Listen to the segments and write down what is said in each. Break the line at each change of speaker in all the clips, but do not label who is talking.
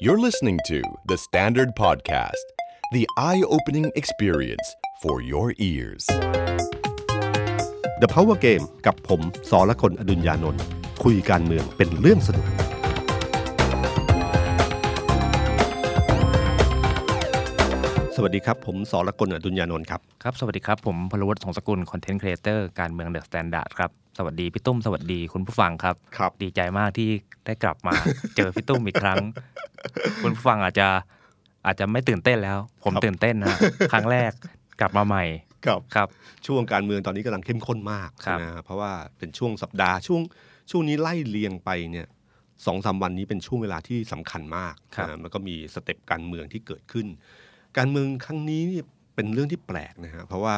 You're listening to The Standard Podcast, the eye opening experience for your ears.
The Power Game กับผมสอละคนอดุญญานนท์คุยการเมืองเป็นเรื่องสนุก สวัสดีครับ ผมสอละคนอดุญญานนท์ครับ
ครับ สวัสดีครับ ผมพลวัตสงสกุลคอนเทนต์ครีเอเตอร์การเมืองเดอะสแตนดาร์ดครับ สวัสดีพี่ตุ้ม สวัสดีคุณผู้ฟังครับ
ครับ
ดีใจมากที่ได้กลับมา เจอพี่ตุ้มอีก ครั้ง คุณผู้ฟังอาจจะอาจจะไม่ตื่นเต้นแล้ว ผม
ครับ
ตื่นเต้นนะ ครั้งแรกกลับมาใหม่
ครับ
ครับ
ช่วงการเมืองตอนนี้กำลังเข้มข้นมาก
ครับ
นะฮะเพราะว่าเป็นช่วงสัปดาห์ช่วงช่วงนี้ไล่เลียงไปเนี่ยสองสามวันนี้เป็นช่วงเวลาที่สำคัญมาก
ครับ
นะแล้วก็มีสเต็ปการเมืองที่เกิดขึ้น การเมืองครั้งนี้นี่เป็นเรื่องที่แปลกนะฮะเพราะว่า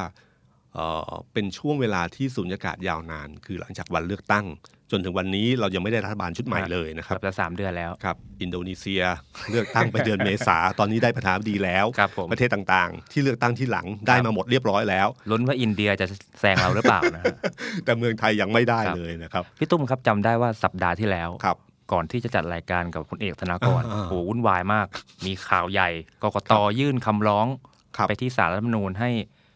เอ่อเป็นช่วงเวลาที่สุญญากาศยาวนาน คือหลังจากวันเลือกตั้ง จนถึงวันนี้เรายังไม่ได้รัฐบาลชุดใหม่เลยนะค
เกื
รั
อ
บบ
จะสามเดือนแล้ว
ครับอินโดนีเซียเลือกตั้งไปเดือนเมษาตอนนี้ได้ประธานาธิบดีแล้ว
ครับผม
ประเทศต่างๆ ที่เลือกตั้งที่หลังได้มาหมดเรียบร้อยแล้ว
ลุ้นว่าอินเดียจะแซงเราหรือเปล่า นะฮะ
แต่เมืองไทยยังไม่ได้
ครับ
เลยนะครับ
พี่ตุ้มครับจำได้ว่าสัปดาห์ที่แล้ว
ครับ
ก่อนที่จะจัดรายการกับคุณเอกธนากร
อ่าๆ
โอ้โหวุ่นวายมาก มีข่าวใหญ่กกตยื่นคำร้อง
ครับ
ไปที่สารรัฐธรรมนูญให้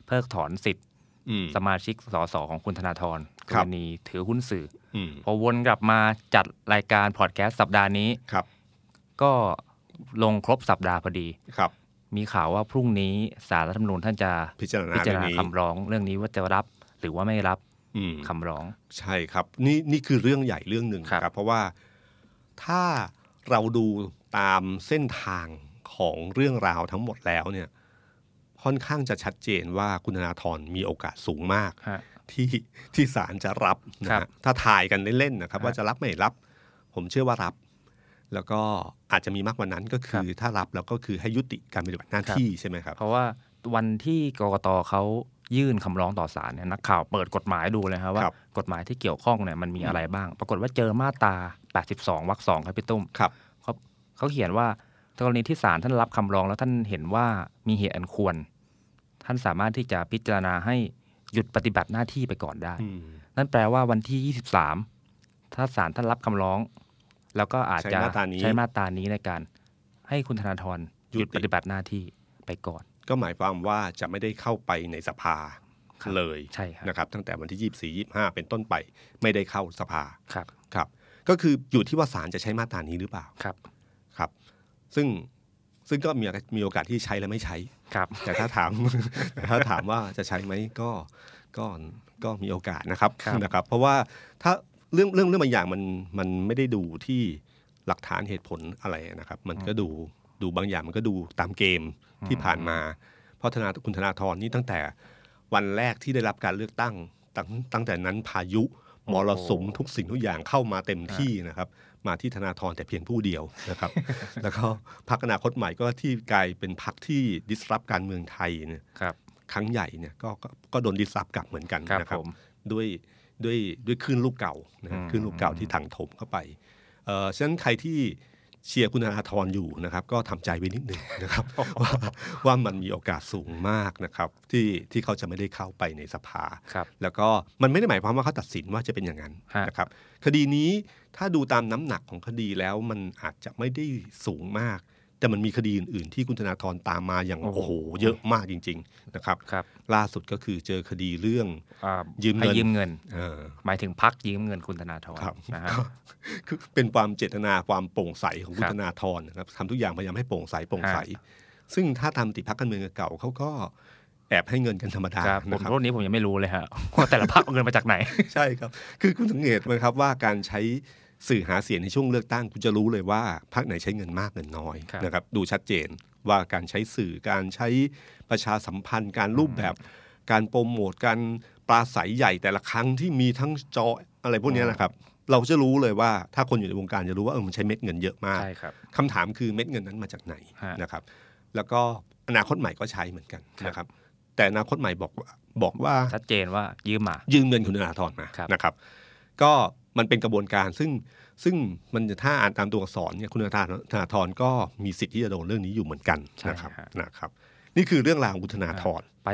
เพิกถอนสิทธิ์
อืม
สมาชิกสสของคุณธนาธรก
ครั
ร
บ
ณีถือหุ้นสื่อ
อืม
พอวนกลับมาจัดรายการพอดแคสต์สัปดาห์นี้
ครับ
ก็ลงครบสัปดาห์พอดี
ครับ
มีข่าวว่าพรุ่งนี้สารรัฐธรรมนูญท่านจะ
พิจารณา
พิจา
เรื่อง
รณา
นี้
คำร้องเรื่องนี้ว่าจะรับหรือว่าไม่รับ
อืม
คำร้อง
ใช่ครับนี่นี่คือเรื่องใหญ่เรื่องหนึ่ง
ครับ
ครับ เพราะว่าถ้าเราดูตามเส้นทางของเรื่องราวทั้งหมดแล้วเนี่ยค่อนข้างจะชัดเจนว่าคุณธนาธรมีโอกาสสูงมาก
ฮะ
ที่ที่ศาลจะรับนะ
ครั
ฮะ
บ
ถ้าถ่ายกันเล่นๆนะครับ
ฮะ
ว่าจะรับไม่รับ ผมเชื่อว่ารับ แล้วก็อาจจะมีมากกว่านั้นก็คือ ถ้ารับแล้วก็คือให้ยุติการปฏิบัติหน้า
ครับ
ที่ใช่ไหมครับ
เพราะว่าวันที่กกตเขายื่นคำร้องต่อศาลเนี่ยนักข่าวเปิดกฎหมายดูเลยครับว่า
ครับ
กฎหมายที่เกี่ยวข้องเนี่ยมันมีอะไรบ้าง ปรากฏว่าเจอมาตรา 82วรรคสองครับพี่ตุ้ม
ครับ
เขาเขาเขียนว่ากรณีที่ศาลท่านรับคำร้องแล้วท่านเห็นว่ามีเหตุอันควร ท่านสามารถที่จะพิจารณาให้หยุดปฏิบัติหน้าที่ไปก่อนได้
อืม
นั่นแปลว่าวันที่ 23 ถ้าศาลท่านรับคำร้อง แล้วก็อาจ
ใช้
จะ
มาตรานี้
ใช้มาตรานี้ในการ ให้คุณธนาธรห
ยุ
ยุ
ติ
ดปฏิบัติหน้าที่ไปก่อน
ก็หมายความว่าจะไม่ได้เข้าไปในสภา
ครับ
เลย
ใช่ครับ
นะครับ ตั้งแต่วันที่ 24 25 เป็นต้นไปไม่ได้เข้าสภา
ครับ
ครับ ก็คืออยู่ที่ว่าศาลจะใช้มาตรานี้หรือเปล่า
ครับ
ครับ ซึ่งซึ่งก็มีมีโอกาสที่ใช้และไม่ใช้
ครับ
แต่ถ้าถาม แต่ถ้าถามว่าจะใช้ไหมก็ก็ก็มีโอกาสนะครับ
ครับ
นะครับ เพราะว่าถ้าเรื่องเรื่องเรื่องบางอย่างมันมันไม่ได้ดูที่หลักฐานเหตุผลอะไรนะครับ มันก็ดูดูบางอย่างมันก็ดูตามเกมที่ผ่านมา เพราะธนาคุณธนาธรนี่ตั้งแต่วันแรกที่ได้รับการเลือกตั้งตั้งตั้งแต่นั้นพายุมรสุมทุกสิ่งทุกอย่างเข้ามาเต็มที่นะครับ มาที่ธนาธรแต่เพียงผู้เดียวนะครับ แล้วก็พักอนาคตใหม่ก็ที่กลายเป็นพักที่ดิสรับการเมืองไทยเนี่ย
ครับ
ครั้งใหญ่เนี่ยก็ก็ก็โดนดิสรับกลับเหมือนกัน
ครับ
นะค
ผ
รับ
ม
ด้วยด้วยด้วยคลื่นลูกเก่านะฮะ
อืม
คลื่นลูกเก่าที่ถังถมเข้าไปเอ่อฉะนั้นใครที่เชียร์คุณธนาธรอยู่นะครับ ก็ทำใจไว้นิดหนึ่ง นะครับ ว่าว่ามันมีโอกาสสูงมากนะครับที่ที่เขาจะไม่ได้เข้าไปในสภา
ครับ
แล้วก็มันไม่ได้หมายความว่าเขาตัดสินว่าจะเป็นอย่างนั้น
ฮะ
นะครับ คดีนี้ถ้าดูตามน้ำหนักของคดีแล้วมันอาจจะไม่ได้สูงมาก แต่มันมีคดีอื่นๆที่คุณธนาธรตามมาอย่างโอ้โหเยอะมากจริง ๆนะครับ
ครับ
ล่าสุดก็คือเจอคดีเรื่อง
อ่า
ยืมเงิน
ให้ยืมเงิน
เอ่อ
หมายถึงพักยืมเงินคุณธนาธร
ครับ
นะฮะ
คือเป็นความเจตนาความโปร่งใสของคุณ
ครับ
ธนาธรนะครับทำทุกอย่างพยายามให้โปร่งใสโปร่งใส ซึ่งถ้าทำติพักการเมืองเก่าเขาก็แอบให้เงินกันธรรมดา
ครับผม
นะครับ
รุ่นนี้ผมยังไม่รู้เลยฮะ ว่าแต่ละพักเอาเงินมาจากไหน
ใช่ครับ คือคุณสังเกตไหมครับว่าการใช้สื่อหาเสียงในช่วงเลือกตั้งคุณจะรู้เลยว่าพรรคไหนใช้เงินมากเงินน้อย
ครับ
นะครับดูชัดเจนว่าการใช้สื่อการใช้ประชาสัมพันธ์ การรูปแบบ การโปรโมทการปราศัยใหญ่แต่ละครั้งที่มีทั้งจออะไรพวกเนี้ยนะครับ เราจะรู้เลยว่าถ้าคนอยู่ในวงการจะรู้ว่าเออมันใช้เม็ดเงินเยอะมาก
ใช่ครับ
คำถามคือเม็ดเงินนั้นมาจากไหน
ฮะ
นะครับ แล้วก็อนาคตใหม่ก็ใช้เหมือนกัน
ครับ
นะครับ แต่อนาคตใหม่บอกว่าบอกว่า
ชัดเจนว่ายืมมา
ยืมเงินคุณธนาธรมา
ครับ
นะครับ ก็มันเป็นกระบวนการซึ่งซึ่งมันจะถ้าอ่านตามตัวอักษรเนี่ยคุณธนาธนาธรก็มีสิทธิ์ที่จะโดนเรื่องนี้อยู่เหมือนกัน
ใช่
นะครับ
ฮะ
นะครับ นี่คือเรื่องราวของคุณธนาธร
ไป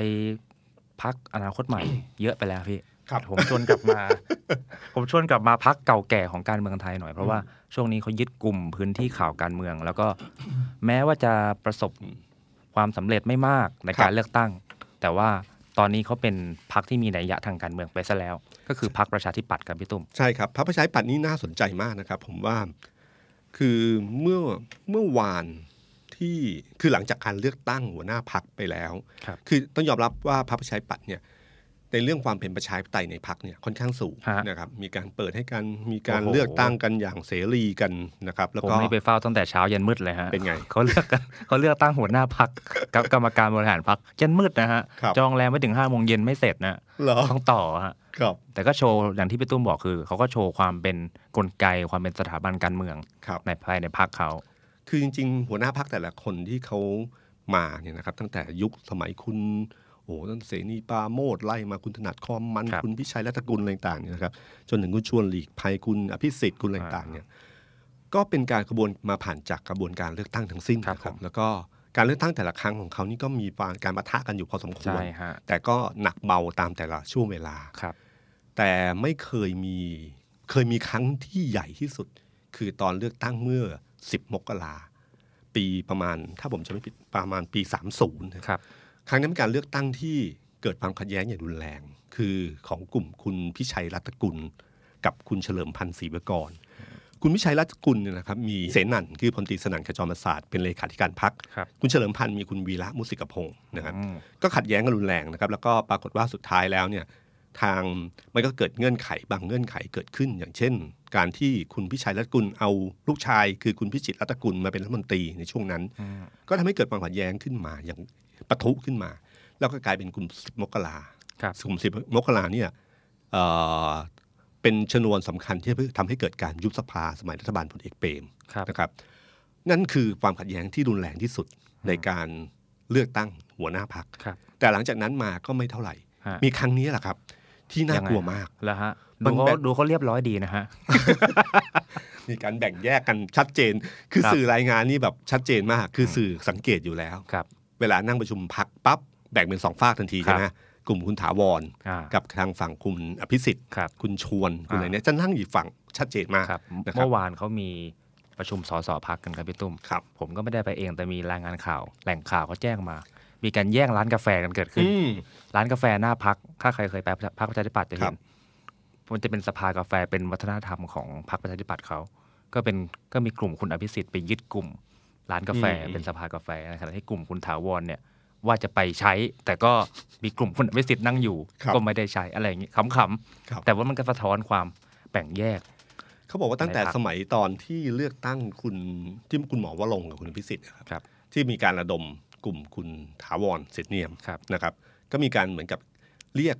พักอนาคตใหม่ เยอะไปแล้วพี่
ครับ
ผมชวนกลับ มา ผมชวนกลับมาพักเก่าแก่ของการเมืองไทยหน่อย เพราะว่าช่วงนี้เขายึดกลุ่มพื้นที่ข่าวการเมือง แล้วก็แม้ว่าจะประสบความสำเร็จไม่มากใน
ครับ
การเลือกตั้ง แต่ว่าตอนนี้เขาเป็นพักที่มีนัยยะทางการเมืองไปซะแล้ว ก็คือพักประชาธิปัตย์ครับพี่ตุ้ม
ใช่ครับพระประชาธิปัตย์นี่น่าสนใจมากนะครับ ผมว่าคือเมื่อเมื่อวานที่คือหลังจากการเลือกตั้งหัวหน้าพักไปแล้ว
ครับ
อต้องยอมรับว่าพระประชาธิปัตย์เนี่ยในเรื่องความเป็นประชาธิปไตยในพักเนี่ยค่อนข้างสูง
ฮะ
นะครับ มีการเปิดให้การมีการ
โอ้โห
เลือกตั้งกันอย่างเสรีกันนะครับ แล้ว
ผม
ก็
ไม่ไปเฝ้าตั้งแต่เช้ายันมืดเลยฮะ
เป็นไง
เขาเลือก เขาเลือกตั้งหัวหน้าพัก กับกรรมการบริหารพักยันมืดนะฮะ
ครับ
จองแรมไว้ถึงห้าโมงเย็นไม่เสร็จนะ
เหรอ
ต้องต่อฮะ
ครับ
แต่ก็โชว์อย่างที่พี่ตุ้มบอกคือเขาก็โชว์ความเป็นกลไกความเป็นสถาบันการเมือง
ครับ
ในภายในพรรคเขา
คือจริงๆ หัวหน้าพักแต่ละคนที่เขามาเนี่ยนะครับ ตั้งแต่ยุคสมัยคุณโอ้โหตั้งเสนีปราโมดไล่มาคุณถนัดคอมมันคุณพิชัยรัตนกุลอะไรต่างๆเนี่ยนะครับ จนถึงคุณชวนหลีกภัยคุณอภิสิทธิ์คุณอะไรต่างๆเนี่ยก็เป็นการกระบวนมาผ่านจากกระบวนการเลือกตั้งทั้งสิ้นนะครับแล้วก็การเลือกตั้งแต่ละครั้งของเขานี่ก็มีการปะทะกันอยู่พอสมคว
ใช่
ร
ฮะ
แต่ก็หนักเบาตามแต่ละช่วงเวลา
ครับ
แต่ไม่เคยมีเคยมีครั้งที่ใหญ่ที่สุด คือตอนเลือกตั้งเมื่อ 10 มกราปีประมาณ ถ้าผมจะไม่ผิดประมาณปี 30นะครับ ครั้งนั้นเป็นการเลือกตั้งที่เกิดความขัดแย้งอย่างรุนแรง คือของกลุ่มคุณพิชัยรัตนกุล กับคุณเฉลิมพันธ์ศรีวกร คุณพิชัยรัตนกุลเนี่ยนะครับมีเสนันคือพลตรีสนันขจรประสาทเป็นเลขาธิการพัก
ครับ
คุณเฉลิมพันธ์มีคุณวีระมุสิกพงศ์นะครับ
อืม
ก็ขัดแย้งกันรุนแรงนะครับ แล้วก็ปรากฏว่าสุดท้ายแล้วเนี่ยทางมันก็เกิดเงื่อนไขบางเงื่อนไขเกิดขึ้น อย่างเช่น การที่คุณพิชัยรัตนกุลเอาลูกชาย คือคุณพิจิตรรัตนกุลมาเป็นรัฐมนตรีในช่วงนั้น
อืม
ก็ทำให้เกิดความขัดแย้งขึ้นมาอย่างปะทุขึ้นมา แล้วก็กลายเป็นกลุ่มสิบมกรา
ครับ
กลุ่มสิบมกราเนี่ยเอ่อเป็นชนวนสำคัญที่ทำให้เกิดการยุบสภาสมัยรัฐบาลพลเอกเปรม
ครับ
นะครับนั่นคือความขัดแย้งที่รุนแรงที่สุดในการเลือกตั้งหัวหน้าพัก
ครับ
แต่หลังจากนั้นมาก็ไม่เท่าไหร่
ฮะ
มีครั้งนี้แหละครับ ที่น่ากลัวมาก
แล้วฮะ
มั
ดู
น
เขา
แบบ
ดูเขาเรียบร้อยดีนะฮะ
มีการแบ่งแยกกันชัดเจน คือ
ครับ
สื่อรายงานนี่แบบชัดเจนมาก คือสื่อสังเกตอยู่แล้ว
ครับ
เวลานั่งประชุมพักปั๊บแบ่งเป็นสองฝากทันที
ครั
ใช่
บ
ไหมกลุ่มคุณถาวร
อ่า
กับทางฝั่งคุณอภิสิทธิ์
ครับ
คุณชวนคุณอะไร
อ่า
เนี่ยจะนั่งอยู่ฝั่งชัดเจนมาก
ครับ
นะครับ
เมื่อวานเขามีประชุมสสพักกันครับพี่ตุ้ม
ครับ
ผมก็ไม่ได้ไปเองแต่มีรายงานข่าว แหล่งข่าวเขาแจ้งมา มีการแย่งร้านกาแฟกันเกิดขึ้น
อืม
ร้านกาแฟหน้าพัก ถ้าใครเคยไปพักประชาธิปัตย์จะ
ครั
เห็
บ
น มันจะเป็นสภากาแฟเป็นวัฒนธรรมของพรรคประชาธิปัตย์เขา ก็เป็นก็มีกลุ่มคุณอภิสิทธิ์ไปยึดกลุ่ม ร้านกาแฟ
อืม
เป็นสภากาแฟในขณะที่กลุ่มคุณถาวรเนี่ยว่าจะไปใช้ แต่ก็มีกลุ่มคุณอภิสิทธิ์นั่งอยู่ ก็ไม่ได้ใช้อะไรอย่างนี้ขำ
ครับ
ๆแต่ว่ามันก็สะท้อนความแบ่งแยก
เขาบอกว่าตั้งแต่
ในพรรค
สมัยตอนที่เลือกตั้งคุณที่คุณหมอวรงค์กับคุณพิสิทธิ์นะครับ
ครับ
ที่มีการระดมกลุ่มคุณถาวรเสรษฐ์เนียม
ครับ
นะครับ ก็มีการเหมือนกับเรียก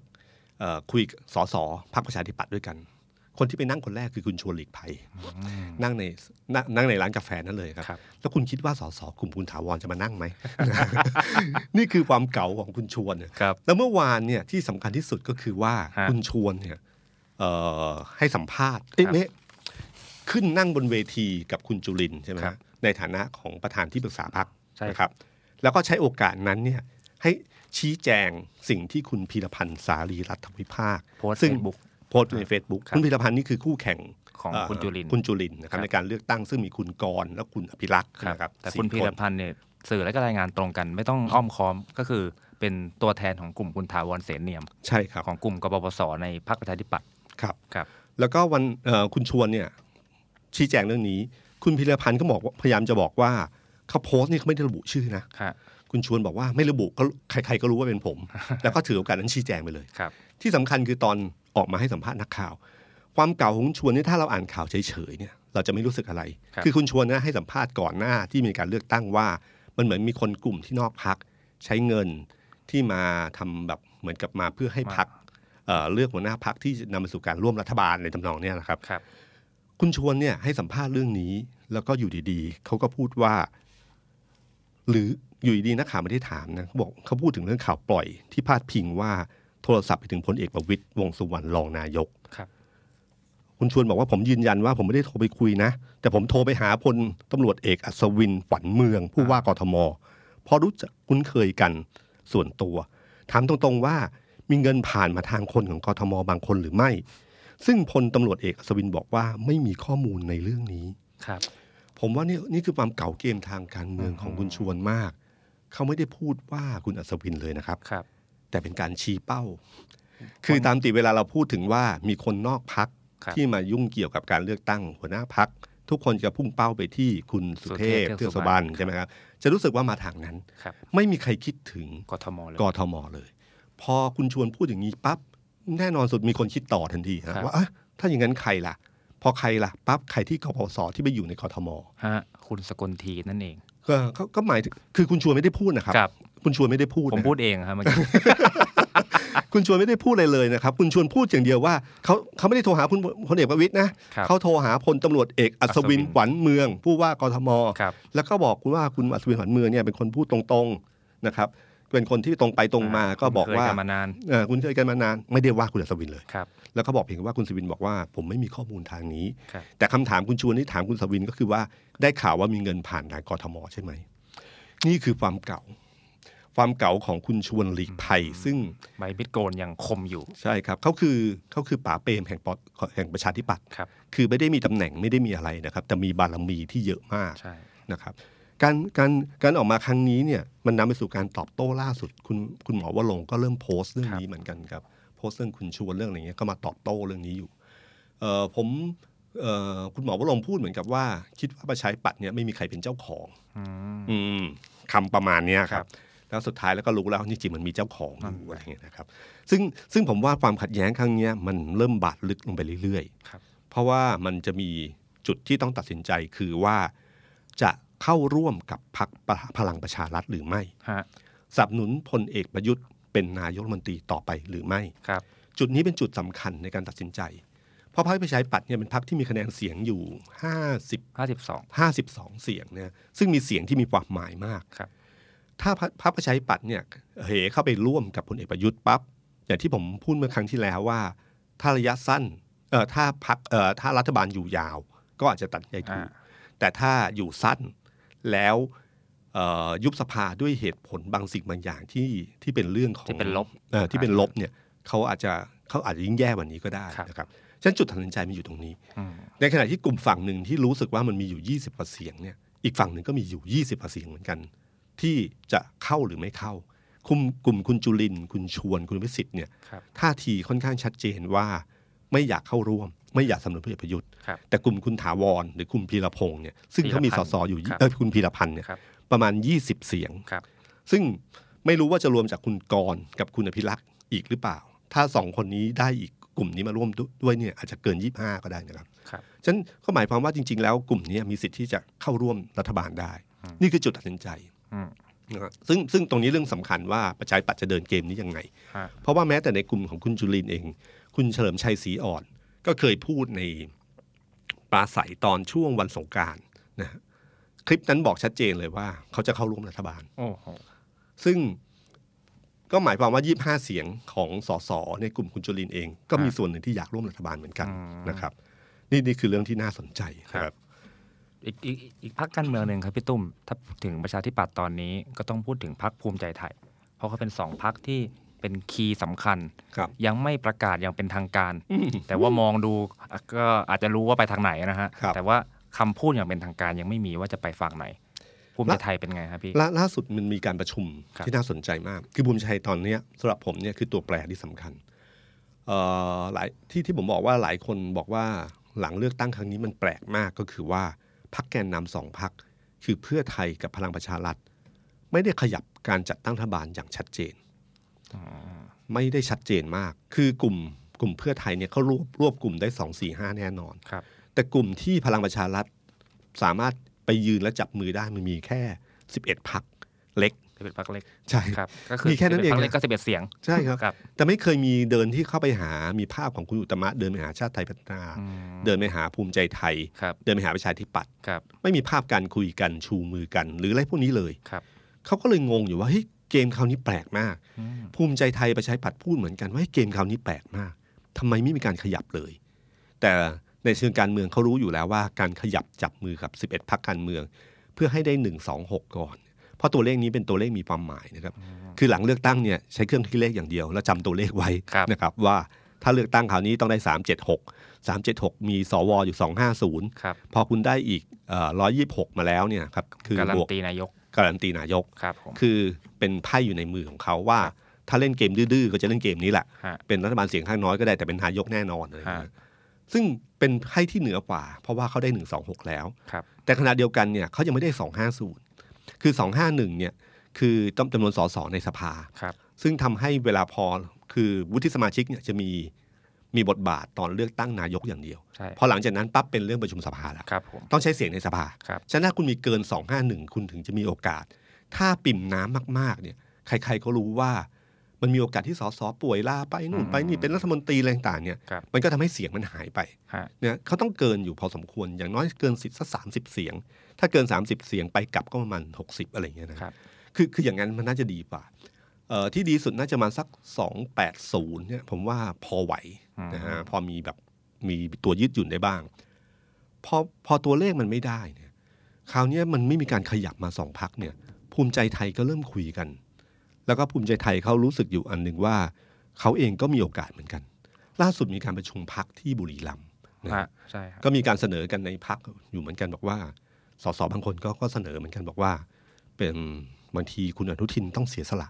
เอ่อคุยกับสสพรรคประชาธิปัตย์ด้วยกัน คนที่ไปนั่งคนแรกคือคุณชวนหลีกภัยนั่งในนั่งนั่งในร้านกาแฟนั่นเลยครับ
ครับ
แล้วคุณคิดว่าสสกลุ่มคุณถาวรจะมานั่งไหม นี่คือความเก๋าของคุณชวนเนี่ย
ครับ
แล้วเมื่อวานเนี่ยที่สำคัญที่สุดก็คือว่า
ฮะ
คุณชวนเนี่ยเอ่อให้สัมภาษณ์เอ๊ะ
ครับ
เอ๊ะขึ้นนั่งบนเวทีกับคุณจุลินทร์ใช่ไหม
ครั
ฮะ
บ
ในฐานะของประธานที่ปรึกษาพรรค
ใช่
นะครับ แล้วก็ใช้โอกาสนั้นเนี่ยให้ชี้แจงสิ่งที่คุณพีรพันธ์สารีรัฐวิภาค
โพสต์
ซึ่ง
เฟซบุ๊ก
โพสต์ใน Facebook
ครับ
คุณพีรพันธ์นี่คือคู่แข่ง
ของ
เ
คุณจุลินทร์
คุณจุลินทร์นะครั
ครับ บ
ในการเลือกตั้งซึ่งมีคุณกรณ์และคุณอภิรักษ์
ครับ
นะครับ
แต่คุณ
สี่
พี
น
รพันธ์เนี่ยสื่อและก็รายงานตรงกันไม่ต้องอ้อมค้อมก็คือเป็นตัวแทนของกลุ่มคุณถาวรเสนเนียม
ใช่ครับ
ของกลุ่มกบพศในพรรคประชาธิปัตย์
ครับ
ครับ
แล้วก็วันเอ่อคุณชวนเนี่ยชี้แจงเรื่องนี้ คุณพิรพันธ์ก็บอกว่าพยายามจะบอกว่าเขาโพสต์นี่เขาไม่ได้ระบุชื่อนะ
ครับ
คุณชวนบอกว่าไม่ระบุก็ใครๆก็รู้ว่าเป็นผม แล้วก็ถือโอกาสนั้นชี้แจงไปเลย
ครับ
ที่สำคัญคือตอนออกมาให้สัมภาษณ์นักข่าว ความเก่าของคุณชวนเนี่ยถ้าเราอ่านข่าวเฉยๆเนี่ยเราจะไม่รู้สึกอะไร
ครับ
อคุณชวนเนะให้สัมภาษณ์ก่อนหน้าที่มีการเลือกตั้งว่า มันเหมือนมีคนกลุ่มที่นอกพัก ใช้เงินที่มาทำแบบเหมือนกับมาเพื่อให้พักเลือกหัวหน้าพักที่จะนำไปสู่การร่วมรัฐบาลในทำนองเนี้นะครับ
ครับ
คุณชวนเนี่ยให้สัมภาษณ์เรื่องนี้ แล้วก็อยู่ดีๆ เขาก็พูดว่า หรืออยู่ดีๆนักข่าวไม่ได้ถามนะเขาบอกเขาพูดถึงเรื่องข่าวปล่อยที่พาดพิงว่าโทรศัพท์ไปถึงพลเอกประวิตยวงษ์สุวรรณรองนายก
ครับ
คุณชวนบอกว่าผมยืนยันว่าผมไม่ได้โทรไปคุยนะ แต่ผมโทรไปหาพลตำรวจเอกอัศวินฝันเมือง ผู้ว่ากทมเพอรู้จักคุ้นเคยกันส่วนตัว ถามตรงๆว่า มีเงินผ่านมาทางคนของกทมบางคนหรือไม่ ซึ่งพลตำรวจเอกอัศวินบอกว่าไม่มีข้อมูลในเรื่องนี้
ครับ
ผมว่านี่นี่คือความเก่าเกมทางการเมืองของคุณชวนมาก เขาไม่ได้พูดว่าคุณอัศวินเลยนะครับ
ครับ
แต่เป็นการชี้เป้า คือตามติเวลาเราพูดถึงว่ามีคนนอกพัก
ครับ
ที่มายุ่งเกี่ยวกับการเลือกตั้งหัวหน้าพัก ทุกคนจะพุ่งเป้าไปที่คุณสุเทพเทือกสุบรรณใช่ไหมครับ จะรู้สึกว่ามาทางนั้น
ครับ
ไม่มีใครคิดถึง
กทมเลย
กทมเลย พอคุณชวนพูดอย่างนี้ปั๊บแน่นอนสุดมีคนคิดต่อทันที
ครั
ฮะ
บ
ว่าอ่ะถ้าอย่างนั้นใครล่ะ พอใครล่ะปั๊บใครที่กปสที่ไปอยู่ในกทม
ฮะคุณสกลทีนั่นเอง
ก็ก็ก็หมายถึงคือคุณชวนไม่ได้พูดนะครับ
ครับ
คุณชวนไม่ได้พูด
ผม
นะ
พูดเองครับเมื่อกี้
คุณชวนไม่ได้พูดอะไรเลยนะครับ คุณชวนพูดอย่างเดียวว่าเขาเขาไม่ได้โทรหาคุณพลเอกประวิตยนะครับเขาโทรหาพลตำรวจเอกอัศวิน
อัศวิน
ขวัญเมือง ผู้ว่ากทม
ครับ
แล้วก็บอกคุณว่าคุณอัศวินขวัญเมืองเนี่ยเป็นคนพูดตรงๆนะครับ เป็นคนที่ตรงไปตรงมา ก็บอกว่า
เคยกันมานาน
เอ่อคุณเคยกันมานานไม่ได้ว่าคุณอัศวินเลย
ครับ
แล้วก็บอกเพียงว่าคุณสวินบอกว่าผมไม่มีข้อมูลทางนี้
ครับ
แต่คำถามคุณชวนที่ถามคุณสวินก็คือว่าได้ข่าวว่ามีเงินผ่านทางกทมใช่ไหม นี่คือความเก่า ความเก่าของคุณชวนหลีกภัย ซึ่ง
ใบมิดโกนยังคมอยู่
ใช่ครับเขาคือเขาคือป๋าเปรมแห่งปอแห่งประชาธิปัตย์
ครับ
คือไม่ได้มีตำแหน่งไม่ได้มีอะไรนะครับ แต่มีบารมีที่เยอะมาก
ใช่
นะครับ การการการออกมาครั้งนี้เนี่ยมันนำไปสู่การตอบโต้ล่าสุด คุณคุณหมอวรงค์ก็เริ่มโพสต์เรื่องนี้เหมือนกันครับ โพสต์เรื่องคุณชวนเรื่องอะไรเงี้ยก็มาตอบโต้เรื่องนี้อยู่ เอ่อผมเอ่อคุณหมอวรงค์พูดเหมือนกับว่า คิดว่าประชาธิปัตย์เนี่ยไม่มีใครเป็นเจ้าของ
อืม
อืมคำประมาณเนี้ยค
ครั
รับ
บ
แล้วสุดท้ายแล้วก็รู้แล้วจริงๆมันมีเจ้าของอยู่อะไรอย่างเงี้ยนะครับ ซึ่งซึ่งผมว่าความขัดแย้งครั้งเนี้ยมันเริ่มบาดลึกลงไปเรื่อย
ครับ
ๆ เพราะว่ามันจะมีจุดที่ต้องตัดสินใจคือว่าจะเข้าร่วมกับพรรคพลังประชารัฐหรือไม่
ฮะ
สนับสนุนพลเอกประยุทธ์เป็นนายกรัฐมนตรีต่อไปหรือไม่
ครับ
จุดนี้เป็นจุดสำคัญในการตัดสินใจ เพราะพรรคประชาธิปัตย์เนี่ยเป็นพรรคที่มีคะแนนเสียงอยู่ 50
ห้าสิบสอง
52 เสียงเนี่ยซึ่งมีเสียงที่มีความหมายมาก
ครับ
ถ้าพรรคพรรคประชาธิปัตย์เนี่ยเหเข้าไปร่วมกับพลเอกประยุทธ์ปั๊บอย่างที่ผมพูดเมื่อครั้งที่แล้วว่า ถ้าระยะสั้นเอ่อถ้าพรรคเอ่อถ้ารัฐบาลอยู่ยาว ก็อาจจะตัดใจถูก
อ่า
แต่ถ้าอยู่สั้นแล้วเอ่อยุบสภาด้วยเหตุผลบางสิ่งบางอย่างที่ที่เป็นเรื่องของ
ที่เป็นลบ
เอ่อที่เป็นลบเนี่ยเขาอาจจะเขาอาจจะยิ่งแย่กวันนี้ก็ได้
ครับ
นะครับฉะนั้นจุดตัดสินใจมันอยู่ตรงนี้
อืม
ในขณะที่กลุ่มฝั่งหนึ่งที่รู้สึกว่ามันมีอยู่ 20กว่าเสียงเนี่ยอีกฝั่งหนึ่งก็มีอยู่ 20กว่าเสียงเหมือนกัน ที่จะเข้าหรือไม่เข้ากลุ่มกลุ่มคุณจุลินทร์คุณชวนคุณวิสิทธิ์เนี่ย
ครับ
ท่าทีค่อนข้างชัดเจนว่าไม่อยากเข้าร่วม ไม่อยากสนับสนุนพลเอกประยุทธ์
ครับ
แต่กลุ่มคุณถาวรหรือกลุ่มพีรพงศ์เนี่ยซึ่งเขามี
พี
ส
รพันธ์
สอยู่ยี่
ครับ
เออคุณพีรพันธ์เนี่ย
ครับ
ประมาณ 20 เสียง
ครับ
ซึ่งไม่รู้ว่าจะรวมจากคุณกรณ์กับคุณอภิรักษ์อีกหรือเปล่า ถ้าสองคนนี้ได้อีกกลุ่มนี้มาร่วมด้วยด้วยเนี่ยอาจจะเกิน 25 ก็ได้นะครับ
ครับ
ฉะนั้นก็หมายความว่าจริง ๆ แล้วกลุ่มนี้มีสิทธิ์ที่จะเข้าร่วมรัฐบาลได้ นี่คือจุดตัดสินใจ
อืม
นะฮะซึ่งซึ่งตรงนี้เรื่องสำคัญว่าประชาธิปัตย์จะเดินเกมนี้ยังไง
ฮะ
เพราะว่าแม้แต่ในกลุ่มของคุณจุลินเอง คุณเฉลิมชัยศรีอ่อน ก็เคยพูดในปราศัยตอนช่วงวันสงกรารนะฮะคลิปนั้นบอกชัดเจนเลยว่า เขาจะเข้าร่วมรัฐบาล
โอ้โห
ซึ่งก็หมายความว่า 25 เสียงของสสในกลุ่มคุณจุลินเอง ก็มีส่วนหนึ่งที่อยากร่วมรัฐบาลเหมือนกัน
อืม
นะครับ นี่นี่คือเรื่องที่น่าสนใจครับ
อีกอีกอีกอีกพักการเมืองหนึ่งครับพี่ตุ้ม ถ้าพูดถึงประชาธิปัตย์ตอนนี้ก็ต้องพูดถึงพักภูมิใจไทย เพราะเขาเป็นสองพักที่เป็นคีย์สำคัญ
ครับ
ยังไม่ประกาศอย่างเป็นทาง การ แต่ว่ามองดูอ่ะก็อาจจะรู้ว่าไปทางไหนนะฮะ
ครับ
แต่ว่าคำพูดอย่างเป็นทางการยังไม่มีว่าจะไปฝั่งไหน ภูมิใจไทยเป็นไงครับพี่
ล่าล่าสุดมันมีการประชุม
ครับ
ที่น่าสนใจมาก คือภูมิใจไทยตอนเนี้ยสำหรับผมเนี่ยคือตัวแปรที่สำคัญเอ่อหลายที่ที่ผมบอกว่าหลายคนบอกว่าหลังเลือกตั้งครั้งนี้มันแปลกมากก็คือว่าพักแกนนำสองพักคือเพื่อไทยกับพลังประชารัฐ ไม่ได้ขยับการจัดตั้งรัฐบาลอย่างชัดเจน
อืม
ไม่ได้ชัดเจนมาก คือกลุ่มกลุ่มเพื่อไทยเนี่ยเขารวบรวบกลุ่มได้สองสี่ห้าแน่นอน
ครับ
แต่กลุ่มที่พลังประชารัฐสามารถไปยืนและจับมือได้มันมีแค่สิบเอ็ดพักเล็ก
ที่เป็นพักเล็ก
ใช่
ครับ ก็คือ
มีแค่นั้นเอง
พั
นะ
กเล็กก็สิบเอ็ดเสียง
ใช่ครับ
ครับ
แต่ไม่เคยมีเดินที่เข้าไปหามีภาพของคุณอุตมะเดินไปหาชาติไทยพัฒนา
อืม
เดินไปหาภูมิใจไทย
ครับ
เดินไปหาประชาธิปัตย์
ครับ
ไม่มีภาพการคุยกันชูมือกัน หรืออะไรพวกนี้เลย
ครับ
เขาก็เลยงงอยู่ว่าเฮ้ยเกมคราวนี้แปลกมาก
อืม
ภูมิใจไทยประชาธิปัตย์พูดเหมือนกันว่าเฮ้ยเกมคราวนี้แปลกมากทำไมไม่มีการขยับเลย แต่ในเชิงการเมืองเขารู้อยู่แล้วว่าการขยับจับมือกับ 11 พักการเมือง เพื่อให้ได้ 1 2 6 ก่อน เพราะตัวเลขนี้เป็นตัวเลขมีความหมายนะครับ คือหลังเลือกตั้งเนี่ยใช้เครื่องคิดเลขอย่างเดียว แล้วจำตัวเลขไว้
ครับ
นะครับว่าถ้าเลือกตั้งคราวนี้ต้องได้ 376 376 มีสวอยู่ 250
ครับ
พอคุณได้อีกเอ่อ126 มาแล้วเนี่ยครับคือ
การัน
บวก
ตีนายก
การันตีนายก
ครับผม
คือเป็นไพ่อยู่ในมือของเขาว่า ถ้าเล่นเกมดื้อๆก็จะเล่นเกมนี้แหละ
ฮะ
เป็นรัฐบาลเสียงข้างน้อยก็ได้แต่เป็นนายกแน่นอนอะไรอย่างเงี้ย
ฮะ
ซึ่งเป็นไพ่ที่เหนือกว่า เพราะว่าเขาได้หนึ่งสองหกแล้ว
ครับ
แต่ขณะเดียวกันเนี่ยเขายังไม่ได้ 250 คือ 251 เนี่ยคือต้องจำนวนสสในสภา
ครับ
ซึ่งทำให้เวลาพอคือวุฒิสมาชิกเนี่ยจะมีมีบทบาทตอนเลือกตั้งนายกอย่างเดียว
ใช่
พอหลังจากนั้นปั๊บเป็นเรื่องประชุมสภาแล้ว
ครับผม
ต้องใช้เสียงในสภา
ครับ
ฉะนั้นถ้าคุณมีเกิน 251 คุณถึงจะมีโอกาส ถ้าปิ่มน้ำมากๆเนี่ยใครๆก็รู้ว่ามันมีโอกาสที่สสป่วยลาไปนู่น
อืม
ไปนี่เป็นรัฐมนตรีอะไรต่างๆเนี่ย
ครับ
มันก็ทำให้เสียงมันหายไป
ฮะ
เนี่ยเขาต้องเกินอยู่พอสมควรอย่างน้อยเกินสิทธิ์สักสามสิบเสียง ถ้าเกิน 30 เสียงไปกลับก็ประมาณ 60 อะไรอย่างเงี้ยนะครับ คือคืออย่างนั้นมันน่าจะดีกว่าเอ่อที่ดีสุดน่าจะมาสัก 280เนี่ยผมว่าพอไหว
อืม
นะฮะพอมีแบบมีตัวยืดหยุ่นได้บ้าง พอพอตัวเลขมันไม่ได้เนี่ยคราวเนี้ยมันไม่มีการขยับมาสองพักเนี่ยภูมิใจไทยก็เริ่มคุยกัน แล้วก็ภูมิใจไทยเขารู้สึกอยู่อันหนึ่งว่าเขาเองก็มีโอกาสเหมือนกัน ล่าสุดมีการประชุมพักที่บุรีรัมย์นะฮะ
ฮะใช่ครับ
ก็มีการเสนอกันในพักอยู่เหมือนกันบอกว่า สสบางคนก็ก็เสนอเหมือนกันบอกว่า เป็นบางทีคุณอนุทินต้องเสียสละ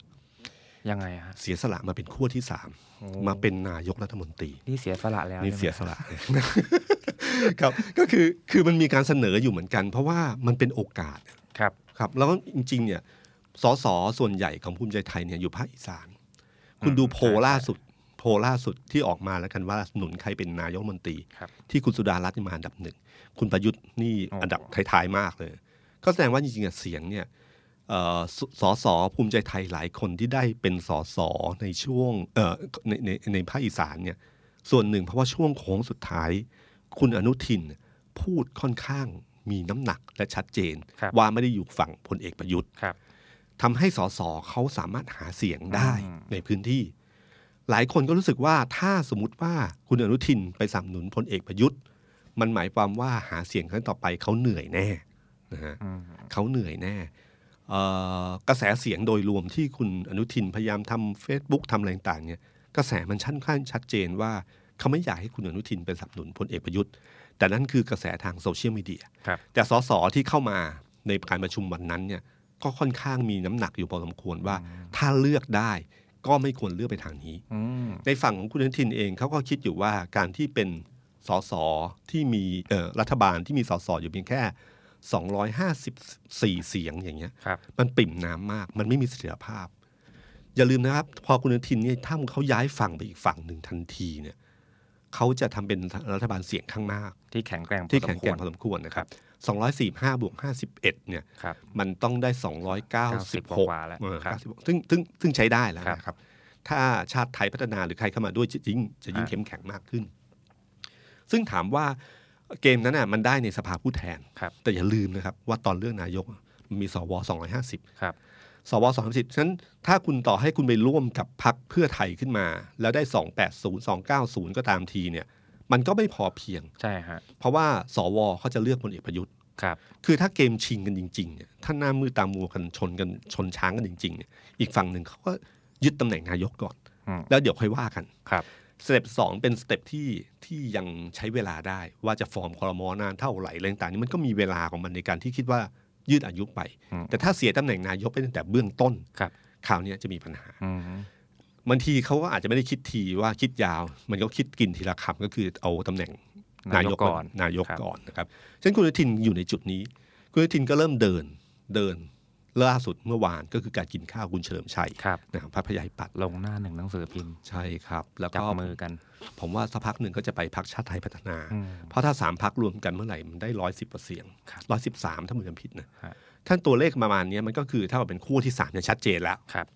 ยังไงฮะ
เสียสละมาเป็นขั้วที่สาม
โอ้
มาเป็นนายกรัฐมนตรี
นี่เสียสละแล้ว
นี่
ใช่ไหม
เสียสละ ครับก็คือคือมันมีการเสนออยู่เหมือนกัน เพราะว่ามันเป็นโอกาส
ครับ
ครับ แล้วก็จริง ๆ เนี่ยสสส่วนใหญ่ของภูมิใจไทยเนี่ยอยู่ภาคอีสาน คุณ
อืม
ดูโพล
ใช่
ล่าสุด โพลล่าสุดที่ออกมาแล้วกันว่าสนุนใครเป็นนายกรัฐมนตรี
ครับ
ที่คุณสุดารัตน์นี่มาอันดับหนึ่ง คุณประยุทธ์นี่
โอ้
อันดับท้ายๆมากเลย ก็แสดงว่าจริงๆอะเสียงเนี่ยเอ่อสสสภูมิใจไทยหลายคนที่ได้เป็นสสในช่วงเอ่อในในในภาคอีสานเนี่ยส่วนหนึ่งเพราะว่าช่วงโค้งสุดท้าย คุณอนุทินพูดค่อนข้างมีน้ำหนักและชัดเจน
ครับ
ว่าไม่ได้อยู่ฝั่งพลเอกประยุทธ์
ครับ
ทำให้สสเขาสามารถหาเสียงได้
อืม
ในพื้นที่ หลายคนก็รู้สึกว่าถ้าสมมติว่าคุณอนุทินไปสนับสนุนพลเอกประยุทธ์ มันหมายความว่าหาเสียงครั้งต่อไปเขาเหนื่อยแน่นะฮะ
อืม
เขาเหนื่อยแน่เอ่อกระแสเสียงโดยรวมที่คุณอนุทินพยายามทำ Facebook ทำอะไรต่างๆเนี่ยกระแสมันชัดข้างชัดเจนว่าเขาไม่อยากให้คุณอนุทินเป็นสนับสนุนพลเอกประยุทธ์ แต่นั่นคือกระแสทางโซเชียลมีเดีย
ครับ
แต่สสที่เข้ามาในการประชุมวันนั้นเนี่ยก็ค่อนข้างมีน้ำหนักอยู่พอสมควรว่า ถ้าเลือกได้ก็ไม่ควรเลือกไปทางนี้
อืม
ในฝั่งของคุณอนุทินเองเขาก็คิดอยู่ว่าการที่เป็นสสที่มีเอ่อรัฐบาลที่มีสสอยู่เพียงแค่ 254 เสียงอย่างเงี้ย
ครับ
มันปิ่มน้ำมาก มันไม่มีเสถียรภาพ อย่าลืมนะครับ พอคุณอนุทินเนี่ยถ้าเขาย้ายฝั่งไปอีกฝั่งหนึ่งทันทีเนี่ยเขาจะทำเป็นรัฐบาลเสียงข้างมาก
ที่แข็งแกร่งพอ
ที่แข็ง
สม
แกร่ง
ค
พอ
วร
สมควรนะครับ245บวก51 เนี่ย
ครับ
มันต้องได้
90
296
กว่าแล้ว
เออ
ครับ
96ซึ่งซึ่งซึ่งใช้ได้แล้ว
ครับ
นะครับ ถ้าชาติไทยพัฒนาหรือใครเข้ามาด้วยจะยิ่งจะยิ่ง
ฮะ
เข้มแข็งมากขึ้น ซึ่งถามว่าเกมนั้นน่ะมันได้ในสภาผู้แทน
ครับ
แต่อย่าลืมนะครับว่าตอนเลือกนายกมันมีสว250
ครับ
สวสามสิบฉะนั้นถ้าคุณต่อให้คุณไปร่วมกับพักเพื่อไทยขึ้นมา แล้วได้สองแปดศูนย์สองเก้าศูนย์ก็ตามทีเนี่ย มันก็ไม่พอเพียง
ใช่ฮะ
เพราะว่าสวเขาจะเลือกพลเอกประยุทธ์
ครับ
คือถ้าเกมชิงกันจริงๆเนี่ยถ้าหน้ามือตามัวกันชนกันชนช้างกันจริงๆเนี่ยอีกฝั่งหนึ่งเขาก็ยึดตำแหน่งนายกก่อน
อืม
แล้วเดี๋ยวค่อยว่ากัน
ครับ
สเต็ปสองเป็นสเต็ปที่ที่ยังใช้เวลาได้ ว่าจะฟอร์มคอรมอนานเท่าไหร่อะไรต่างๆนี่มันก็มีเวลาของมันในการที่คิดว่ายืดอายุไป
อืม
แต่ถ้าเสียตำแหน่งนายกไปตั้งแต่เบื้องต้น
ครับ
คราวเนี้ยจะมีปัญหา
อืม
บางทีเขาก็อาจจะไม่ได้คิดทีว่าคิดยาว มันก็คิดกินทีละคำก็คือเอาตำแหน่ง
นายกก่อน
นายก
ครับ
ก่อนนะครับฉะนั้นคุณอนุทินอยู่ในจุดนี้ คุณอนุทินก็เริ่มเดินเดินล่าสุดเมื่อวานก็คือการกินข้าวคุณเฉลิมชัย
ครับ
นะครับพระพยายปัตย์
ลงหน้าหนึ่งหนังสือพิมพ์
ใช่ครับ แล้ว
จับ
ก็
มือกัน
ผมว่าสักพักหนึ่งก็จะไปพักชาติไทยพัฒนา
อืม
เพราะถ้าสามพักรวมกันเมื่อไหร่มันได้ร้อยสิบเสียง
ครับ
ร้อยสิบสามถ้าผมจำผิดนะ
ฮะ
ท่านตัวเลขประมาณเนี้ยมันก็คือถ้ากับเป็นคู่ที่สามเนี่ยชัดเจนแล้ว
ครับ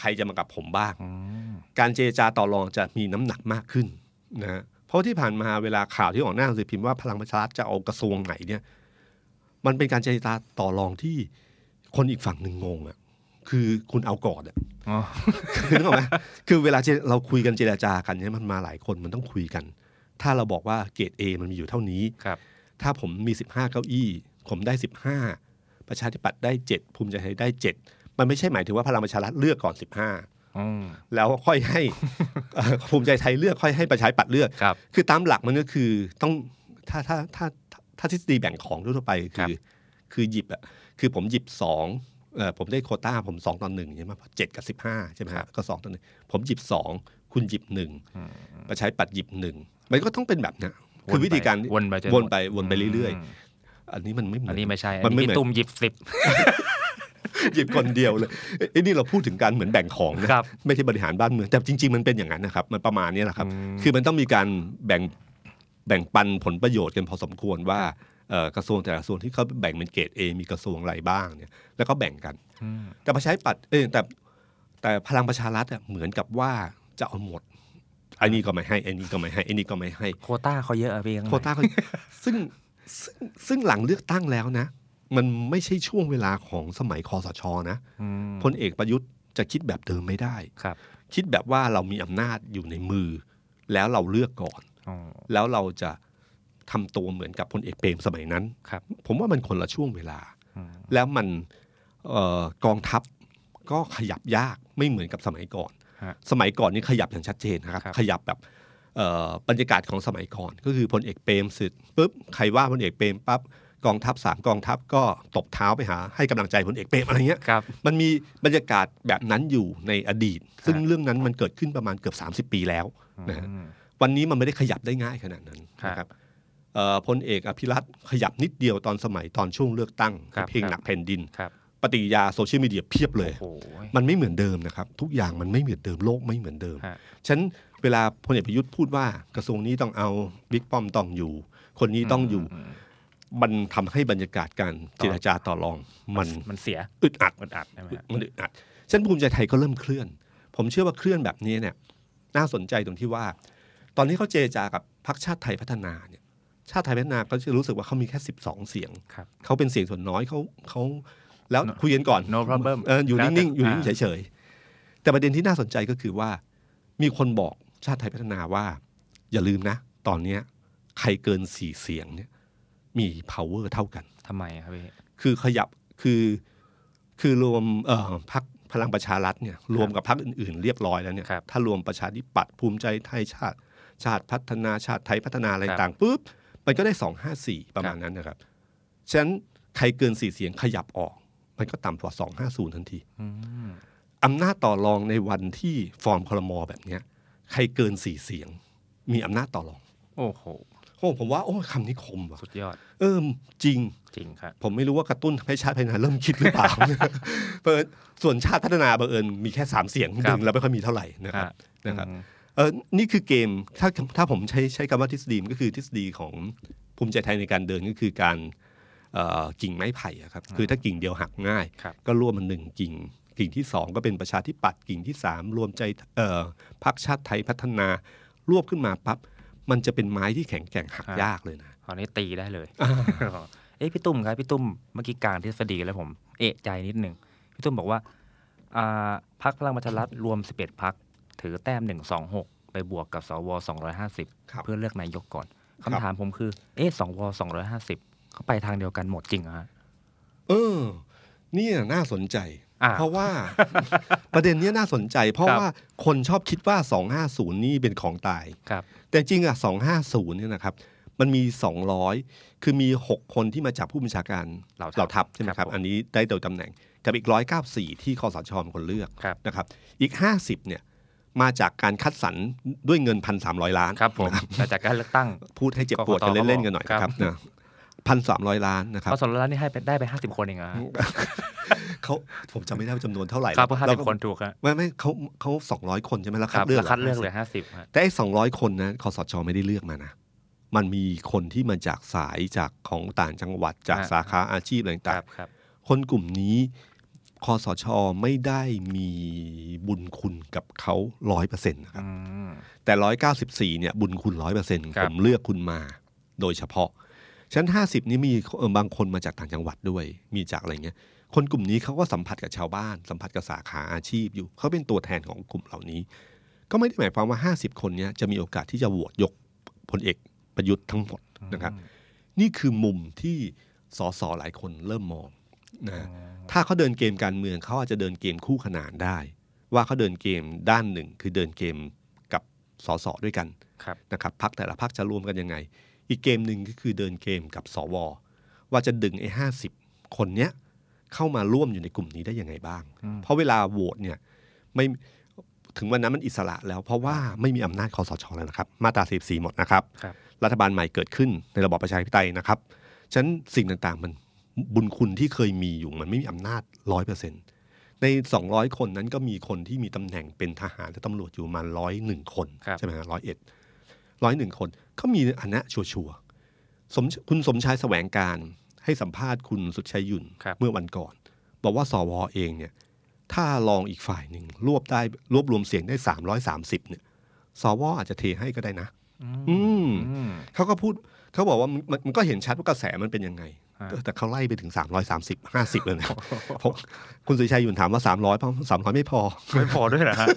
ใครจะมากับผมบ้าง
อืม
การเจรจาต่อรองจะมีน้ำหนักมากขึ้นนะฮะเพราะที่ผ่านมาเวลาข่าวที่ออกหน้าหนังสือพิมพ์ว่าพลังประชารัฐจะเอากระทรวงไหนเนี่ย มันเป็นการเจรจาต่อรองที่คนอีกฝั่งหนึ่งงงอะ่ะคือคุณเอาก่อนอะ่ะ
อ๋อ
คือนึกออกไหมคือเวลาเจรเราคุยกันเจรจากันเนี่ยมันมาหลายคนมันต้องคุยกัน ถ้าเราบอกว่าเกรด A มันมีอยู่เท่านี้
ครับ
ถ้าผมมี 15 เก้าอี้ ผมได้ 15 ประชาธิปัตย์ได้ 7 ภูมิใจไทยได้ 7 มันไม่ใช่หมายถึงว่าพลังประชารัฐเลือกก่อน 15
อืม
แล้วค่อยให้ เอ่อภูมิใจไทยเลือกค่อยให้ประชาธิปัตย์เลือก
ครับ
คือตามหลักมันก็คือต้องถ้าถ้าถ้าถ้าถ้าทฤษฎีแบ่งของทั่วๆไป
ครับ
คือคือหยิบอะคือผมหยิบสองเออผมได้โควต้าผมสองต่อหนึ่งใช่ไหมเพราะเจ็ดกับสิบห้าใช่ไหมฮะก็สองต่อหนึ่งผมหยิบสองคุณหยิบหนึ่งประชาธิปัตย์หยิบหนึ่งมันก็ต้องเป็นแบบเนี้ยคือวิธีการ
วนไปจน
วนไปวนไปเรื่อย
ม
ๆ อันนี้มันไม่เหมื
อั
อน น
นี้ไม่ใช่
มั
อัน
นไม่
นี้
เหมือน
ตุ่มหยิบสิบ
หยิบคนเดียวเลยเอ้ยเอ้ยนี่เราพูดถึงการเหมือนแบ่งของนะครับ ไม่ใช่บริหารบ้านเมืองแต่จริง ๆ มันเป็นอย่างนั้นนะครับ มันประมาณนี้แหละครับ
อืม
คือมันต้องมีการแบ่งแบ่งปันผลประโยชน์กันพอสมควรว่าเอ่อกระทรวงแต่ละกระทรวงที่เขาแบ่งเป็นเกรด A มีกระทรวงอะไรบ้างเนี่ยแล้วก็แบ่งกัน แต่ประชาธิปัตย์เอยแต่แต่พลังประชารัฐอะเหมือนกับว่าจะเอาหมดไอ้นี่ก็ไม่ให้ไอ้นี่ก็ไม่ให้ไอ้นี่ก็ไม่ให้
โควต้าเขาเยอะอะพี่ยังไง
โควต้าเขา ซึ่งซึ่งซึ่งหลังเลือกตั้งแล้วนะ มันไม่ใช่ช่วงเวลาของสมัยคอสชนะ
อืม
พลเอกประยุทธ์จะคิดแบบเดิมไม่ได้
ครับ
คิดแบบว่าเรามีอำนาจอยู่ในมือ แล้วเราเลือกก่อน
อ๋อ
แล้วเราจะทำตัวเหมือนกับพลเอกเปรมสมัยนั้น
ครับ
ผมว่ามันคนละช่วงเวลา
อืม
แล้วมันเอ่อกองทัพก็ขยับยากไม่เหมือนกับสมัยก่อน
ฮะ
สมัยก่อนนี่ขยับอย่างชัดเจนนะครับ
ครับ
ขยับแบบเอ่อบรรยากาศของสมัยก่อน ก็คือพลเอกเปรมเสร็จปุ๊บใครว่าพลเอกเปรมปั๊บกองทัพสามกองทัพก็ตบเท้าไปหา ให้กำลังใจพลเอกเปรมอะไรเงี้ย
ครับ
มันมีบรรยากาศแบบนั้นอยู่ในอดีต ซึ่งเรื่องนั้นมันเกิดขึ้นประมาณเกือบ 30 ปีแล้วนะฮะ
อืม
วันนี้มันไม่ได้ขยับได้ง่ายขนาดนั้น
ครับ
นะครับเอ่อพลเอกอภิรัตน์ขยับนิดเดียวตอนสมัยตอนช่วงเลือกตั้ง
ครับ
เพลง
ครับ
หนักแผ่นดิน
ครับ
ปฏิกิริยาโซเชียลมีเดียเพียบเลย
โอ้โห
มันไม่เหมือนเดิมนะครับ ทุกอย่างมันไม่เหมือนเดิมโลกไม่เหมือนเดิม
ฮะ
ฉะนันเวลาพลเอกประยุทธ์พูดว่ากระทรวงนี้ต้องเอาบิ๊กป้อมต้องอยู่ คนนี้ต้องอยู่
ม
มันทำให้บรรยากาศการเจรจาต่อรองมัน
มันเสีย
อึดอัด
มันอัดใช่ไหมฮะ
มันอึดอัดเส้นภูมิใจไทยก็เริ่มเคลื่อน ผมเชื่อว่าเคลื่อนแบบนี้เนี่ย น่าสนใจตรงที่ว่า ตอนนี้เขาเจรจากับพรรคชาติไทยพัฒนาเนี่ย ชาติไทยพัฒนาเขาจะรู้สึกว่าเขามีแค่ 12 เสียง
ครับ
เขาเป็นเสียงส่วนน้อยเขาเขาแล้วคุยกันก่อน
no problem
เอออยู่นิ่งๆ อยู่นิ่งๆ
แล้วแต่
เฉยๆ แต่ประเด็นที่น่าสนใจก็คือว่า มีคนบอกชาติไทยพัฒนาว่า อย่าลืมนะ ตอนเนี้ยใครเกินสี่เสียงเนี่ยมี power เท่ากัน
ทำไมอะครับพี่
คือขยับคือคือรวมเอ่อพักพลังประชารัฐเนี่ยรวมกับพักอื่นๆ เรียบร้อยแล้วเนี่ย
ครับ
ถ้ารวมประชาธิปัตย์ภูมิใจไทยชาติ ชาติพัฒนาชาติไทยพัฒนาอะไรต่างปุ๊บมันก็ได้สองห้าสี่ประมาณนั้นนะครับฉะนั้นใครเกินสี่เสียงขยับออก มันก็ต่ำกว่าสองห้าศูนย์ทันที
อืม
อำนาจต่อรองในวันที่ฟอร์มคลมอแบบเนี้ยใครเกินสี่เสียง มีอำนาจต่อรอง
โอ้โห
โอ้ผมว่าโอ้ยคำนี้คมว่ะ
สุดยอด
เออจริง
จริงครับ
ผมไม่รู้ว่ากระตุ้นให้ชาติพัฒนาเริ่มคิดหรือเป ล่า เปิดส่วนชาติพัฒนาบังเอิญมีแค่สามเสียง
ครั
ดึ
บ
งแล้วไม่ค่อยมีเท่าไหร่นะครับ
ฮะ
นะครับ
อืม
เออนี่คือเกมถ้าถ้าผมใช้ใช้คำว่าทฤษฎีมันก็คือทฤษฎีของภูมิใจไทยในการเดินก็คือการเอ่อกิ่งไม้ไผ่อะครับคือถ้ากิ่งเดียวหักง่าย
ครับ
ก็ร่วมมันหนึ่งกิ่ง กิ่งที่สองก็เป็นประชาธิปัตย์กิ่งที่สามรวมใจเอ่อพรรคชาติไทยพัฒนารวบขึ้นมาปั๊บมันจะเป็นไม้ที่แข็งแกร่งหักยากเลยนะ
ตอนนี้ตีได้ เลยเอ้ยพี่ตุ้มครับพี่ตุ้มเมื่อกี้กลางทฤษฎีแล้วผม เอะใจนิดหนึ่งพี่ตุ้มบอกว่าอ่าพักพลังประชารัฐรวม 11พักถือแต้ม 126 ไปบวกกับสว
ครับ
250 เพื่อเลือกนายกก่อนคำถามผมคือ เอ๊ะสว250 เขาไปทางเดียวกันหมดจริงเหรอฮะ
เออเนี่ยน่าสนใจ
อ่า
เพราะว่า ประเด็นเนี้ยน่าสนใจ เพราะ
ครับ
ว่าคนชอบคิดว่า 250 นี่เป็นของตาย
ครับ
แต่จริงอ่ะ 250 เนี่ยนะครับ มันมี 200 คือมี 6 คนที่มาจากผู้บัญชาการ
เหล่าทัพ
เหล่าทัพใช่ไหมครับ
ผม
อันนี้ได้โดยตำแหน่ง กับอีก 194 ที่คอสชเป็นคนเลือก
ครับ
นะครับ อีก 50 เนี่ยมาจากการคัดสรรด้วยเงิน 1,300 ล้าน
ครับผม แต่จากการเลือกตั้ง
พูดให้เจ็บปวดกันเล่นๆกันหน่อย
ครับ
นะครับนะ1,300 ล้านนะครับ
พอสวรัฐนี่ให้ไปได้ไป 50 คนเองเหรอฮะ
เขาผมจำไม่ได้ว่าจำนวนเท่าไหร่
ครับเพื่อ
แล้ว
50คนถูกฮะ
ไม่ไม่เขาเขาสองร้อยคนใช่ไหมแล้ว
ค
คั
รั
ด
บ
เลือก
คัดเลือกเหลื
ห
อ50ฮะ
แต่ไอ้สองร้อยคนนะคอสชไม่ได้เลือกมานะ มันมีคนที่มาจากสายจากของต่างจังหวัดจาก
ฮะ
สาขาอาชีพอะไร
ครั
ต่าง
บครับ
ๆคนกลุ่มนี้คอสชไม่ได้มีบุญคุณกับเขาร้อยเปอร์เซ็นต์นะครับ
อืม
แต่ร้อยเก้าสิบสี่เนี่ยบุญคุณร้อยเปอร์เซ็นต์
ครั
ผ
บ
มเลือกคุณมาโดยเฉพาะชั้นห้าสิบนี่มีเอ่อบางคนมาจากต่างจังหวัดด้วย มีจากอะไรเงี้ย คนกลุ่มนี้เขาก็สัมผัสกับชาวบ้าน สัมผัสกับสาขาอาชีพอยู่ เขาเป็นตัวแทนของกลุ่มเหล่านี้ ก็ไม่ได้หมายความว่า 50 คนเนี้ยจะมีโอกาสที่จะโหวตยกพลเอกประยุทธ์ทั้งหมดนะครับ นี่คือมุมที่สสหลายคนเริ่มมอง นะถ้าเขาเดินเกมการเมืองเขาอาจจะเดินเกมคู่ขนานได้ ว่าเขาเดินเกมด้านหนึ่ง คือเดินเกมกับสสด้วยกัน
ครับ
นะครับพักแต่ละพักจะรวมกันยังไง อีกเกมหนึ่งก็คือเดินเกมกับสว ว่าจะดึงไอ้ห้าสิบคนเนี้ยเข้ามาร่วมอยู่ในกลุ่มนี้ได้ยังไงบ้าง
อืม
เพราะเวลาโหวตเนี่ยไม่ถึงวันนั้นมันอิสระแล้ว เพราะว่าไม่มีอำนาจคอสชแล้วนะครับ มาตรา14หมดนะครับ
ครับ
รัฐบาลใหม่เกิดขึ้นในระบอบประชาธิปไตยนะครับ ฉะนั้นสิ่งต่างๆ มันบุญคุณที่เคยมีอยู่มันไม่มีอำนาจร้อยเปอร์เซ็นใน 200 คนนั้นก็มีคนที่มีตำแหน่งเป็นทหารและตำรวจอยู่ประมาร้อยหนึ่งคน
ครับ
ใช่ไหมร้อยเอ็ดร้อยหนึ่งคนเขามีอันนะชัวร์ๆสมคุณสมชายแสวงการให้สัมภาษณ์คุณสุดชัยหยุ่น
ครับ
เมื่อวันก่อน บอกว่าสวเองเนี่ย ถ้าลองอีกฝ่ายหนึ่งรวบได้รวบรวมเสียงได้ 330เนี่ยสวอาจจะเทให้ก็ได้นะ อืม
อืม
เขาก็พูดเขาบอกว่ามันมันมันก็เห็นชัดว่ากระแสมันเป็นยังไง
ฮะ
แต่เขาไล่ไปถึง 330 50 เลยนะ ผมคุณสุริชัยหยุ่นถามว่า 300เพราะ300 ไม่พอ
ไม่พอด้วยเหรอฮะ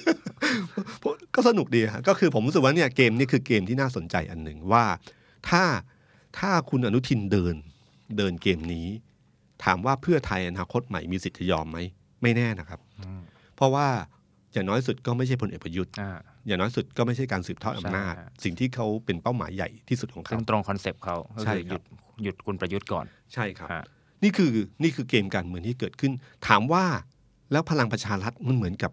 ผมก็สนุกดีฮะก็คือผมรู้สึกว่าเนี่ยเกมนี้คือเกมที่น่าสนใจอันหนึ่งว่าถ้าถ้าคุณอนุทินเดินเดินเกมนี้ ถามว่าเพื่อไทยอนาคตใหม่มีสิทธิ์จะยอมไหม ไม่แน่นะครับ
อืม
เพราะว่าอย่างน้อยสุดก็ไม่ใช่พลเอกประยุทธ์
อ่า
อย่างน้อยสุดก็ไม่ใช่การสืบทอดอำนาจ
ใช่ฮะ
สิ่งที่เขาเป็นเป้าหมายใหญ่ที่สุดของ
ซึ่
เขา
งตรงคอนเซปต์เขาก็
ใช่
คื
ครั
อหยุ
บ
ดหยุดคุณประยุทธ์ก่อน
ใช่ครับ
ฮะ
นี่คือนี่คือเกมการเมืองที่เกิดขึ้น ถามว่าแล้วพลังประชารัฐมันเหมือนกับ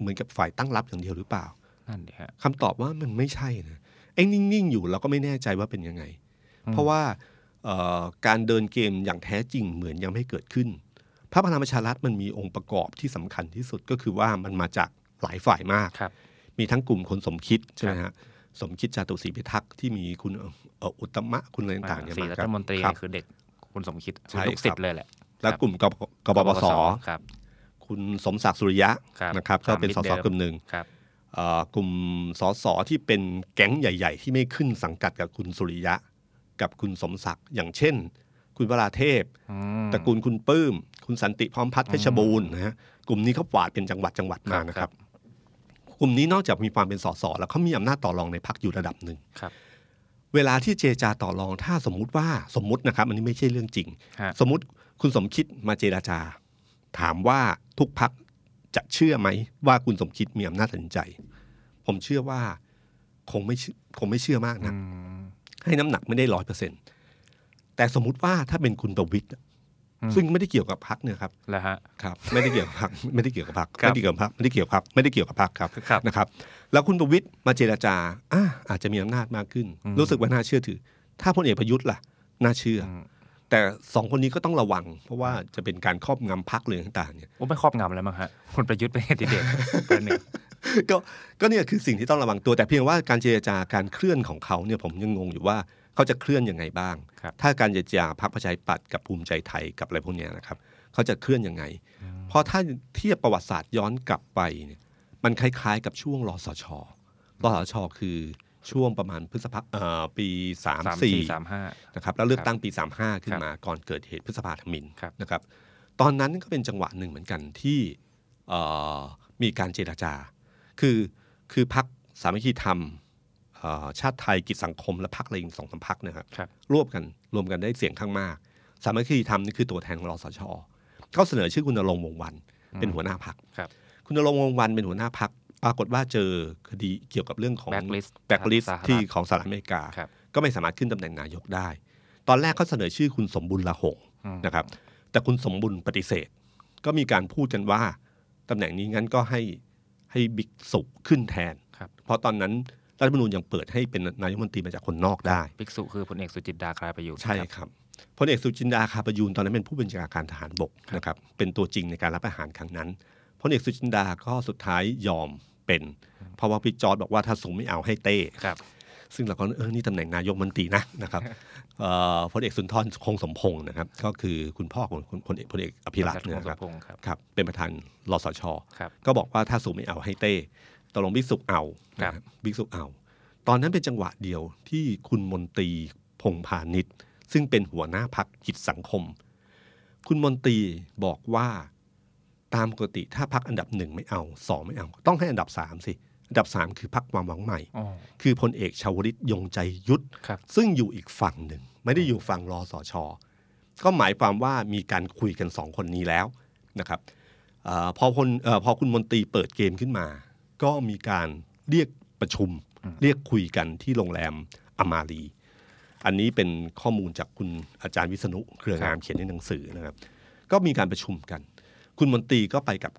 เหมือนกับฝ่ายตั้งรับอย่างเดียวหรือเปล่า
นั่นดิฮะ
คำตอบว่ามันไม่ใช่นะไอ้นิ่งๆอยู่เราก็ไม่แน่ใจว่าเป็นยังไง
อืม
เพราะว่าเอ่อการเดินเกมอย่างแท้จริงเหมือนยังไม่เกิดขึ้นพระพลังประชารัฐมันมีองค์ประกอบที่สำคัญที่สุดก็คือว่ามันมาจากหลายฝ่ายมาก
ครับ
มีทั้งกลุ่มคนสมคิดใช่ไหมฮะสมคิดจาตุศรีพิทักษ์ที่มีคุณเอ่อเอ่ออุตตมะคุณอะไรต่างๆเนี่ย
สี่
มา
รั
ค
ฐ
บ
มนตรี
ครับ
นี่คือเด็กคุณสมคิด
ใช่
คุณลูกศิษ
ครับ
ย์เลยแหละ
แล้วกลุ่มกบกบปส
ครับ
คุณสมศักดิ์สุริยะ
ครับ
นะครับก็เป็นส
สาม
ส
มิตร
ก
เดิม
ลุ่มหนึ่ง
ครับ
เอ่อกลุ่มสสที่เป็นแก๊งใหญ่ ๆ ที่ไม่ขึ้นสังกัดกับคุณสุริยะ กับคุณสมศักดิ์อย่างเช่น คุณวราเทพ
อืม
ตระกูลคุณปื้ม คุณสันติพร้อมพัฒน์เพชรบูรณ์นะฮะกลุ่มนี้เขากวาดเป็นจังหวัดจังหวัดมา
ครับ
นะครับ กลุ่มนี้นอกจากมีความเป็นสสแล้วเขามีอำนาจต่อรองในพักอยู่ระดับหนึ่ง
ครับ
เวลาที่เจรจาต่อรองถ้าสมมุติว่าสมมุตินะครับ อันนี้ไม่ใช่เรื่องจริง
ฮะ
สมมติคุณสมคิดมาเจราจา ถามว่าทุกพักจะเชื่อไหม ว่าคุณสมคิดมีอำนาจตัดสินใจ ผมเชื่อว่าคงไม่เชื่อคงไม่เชื่อมากนะ
อืม
ให้น้ำหนักไม่ได้ร้อยเปอร์เซ็นแต่สมมติว่าถ้าเป็นคุณประวิตย
อืม
ซึ่งไม่ได้เกี่ยวกับพักเนี่ยครับ
แล้วฮะ
ครับ ไม่ได้เกี่ยวกับพักไม่ได้เกี่ยวกับพัก
ครั
ไ
บ
ม่ได้เกี่ยวกับพักไม่ได้เกี่ยวกับพักไม่ได้เกี่ยวกับพักครับ
ครับ
นะครับ แล้วคุณประวิตยมาเจราจาอ่ะอาจจะมีอำนาจมากขึ้น
อืม
รู้สึกว่าน่าเชื่อถือ ถ้าพลเอกประยุทธ์ล่ะน่าเชื่ออ แต่สองคนนี้ก็ต้องระวัง เพราะว่าจะเป็นการครอบงำพักเลยต่างๆเนี่ย
โอ้ไม่ครอบงำแล้วมั้งฮะคุณประยุทธ์เป็นแคนดิเดตเป็นหนึ่ง
ก็ก็เนี่ยคือสิ่งที่ต้องระวังตัวแต่เพียงว่าการเจรจาการเคลื่อนของเขาเนี่ยผมยังงงอยู่ว่าเขาจะเคลื่อนยังไงบ้าง
ครับ
ถ้าการเจรจาพรรคประชาธิปัตย์กับภูมิใจไทยกับอะไรพวกเนี้ยนะครับเขาจะเคลื่อนยังไง เพราะถ้าเทียบประวัติศาสตร์ย้อนกลับไปเนี่ยมันคล้ายๆกับช่วงรสชรสชคือช่วงประมาณพฤษภาเอ่อปี
สามสี่
34
สามห้า
นะครับแล้วเลือกตั้งปี 35 ขึ้
คน รับ
มาก่อนเกิดเหตุพฤษภาธมิน
ครับ
นะครับตอนนั้นก็เป็นจังหวะหนึ่งเหมือนกันที่เอ่อมีการเจราจา คือคือพักสามัคคีธรรมเอ่อชาติไทยกิจสังคมและพักอะไรอีกสองสามพักนะครับ
ครับ
รวมกันรวมกันได้เสียงข้างมาก สามัคคีธรรมนี่คือตัวแทนของรสชก็เสนอชื่อคุณนรงค์วงศ์วันเป็นหัวหน้าพัก
ครับ
คุณนรงค์วงศ์วันเป็นหัวหน้าพักปรากฏว่าเจอคดีเกี่ยวกับเรื่องของ
Blacklist
แบ็กลิส
สหรัฐ
ที่ของสหรัฐอเมริกา
ครับ
ก็ไม่สามารถขึ้นตำแหน่งนายกได้ ตอนแรกเขาเสนอชื่อคุณสมบุญละหง
อืม
นะครับ แต่คุณสมบุญปฏิเสธ ก็มีการพูดกันว่าตำแหน่งนี้งั้นก็ให้ให้บิ๊กสุขึ้นแทน
ครับ
เพราะตอนนั้นรัฐธรรมนูญยังเปิดให้เป็นนายกรัฐมนตรีมาจากคนนอกได้
ภิกษุคือพลเอกสุจินดาคลายประยุทธ์
ใช่
ครับ
ครับพลเอกสุจินดาคาประยูนตอนนั้นเป็นผู้บัญชาการทหารบกนะครับเป็นตัวจริงในการรับอาหารครั้งนั้นพลเอกสุจินดาก็สุดท้ายยอมเป็น เพราะว่าพี่จอร์ดบอกว่าถ้าสูงไม่เอาให้เต้
ครับ
ซึ่งเราก็เออนี่ตำแหน่งนายกรัฐมนตรีนะนะครับเอ่อพลเอกสุนทรคงสมพงศ์นะครับ ก็คือคุณพ่อของคุณพลเอกพลเอกอภิรัตน์เนี่ยนะครับ
พงศ์ครับ
ครับเป็นประธานรสช
ครับ
ก็บอกว่าถ้าสูงไม่เอาให้เต้ตกลงบิ๊กสุกเอา
ครับ
นะบิ๊กสุกเอา ตอนนั้นเป็นจังหวะเดียวที่คุณมนตรีพงษ์พาณิชย์ ซึ่งเป็นหัวหน้าพักกิจสังคม คุณมนตรีบอกว่าตามปกติถ้าพักอันดับหนึ่งไม่เอาสองไม่เอา ต้องให้อันดับสามสิ อันดับสามคือพักความหวังใหม่
อ๋อ
คือพลเอกชาวลิตยงใจยุทธ
ครับ
ซึ่งอยู่อีกฝั่งหนึ่ง ไม่ได้อยู่ฝั่งรอสอชอ ก็หมายความว่ามีการคุยกันสองคนนี้แล้วนะครับเออพอคนเออพอคุณมนตรีเปิดเกมขึ้นมา ก็มีการเรียกประชุม เรียกคุยกันที่โรงแรมอมารี อันนี้เป็นข้อมูลจากคุณอาจารย์วิษณุเครืองามเขียนในหนังสือนะครับ ก็มีการประชุมกัน คุณมนตรีก็ไปกับ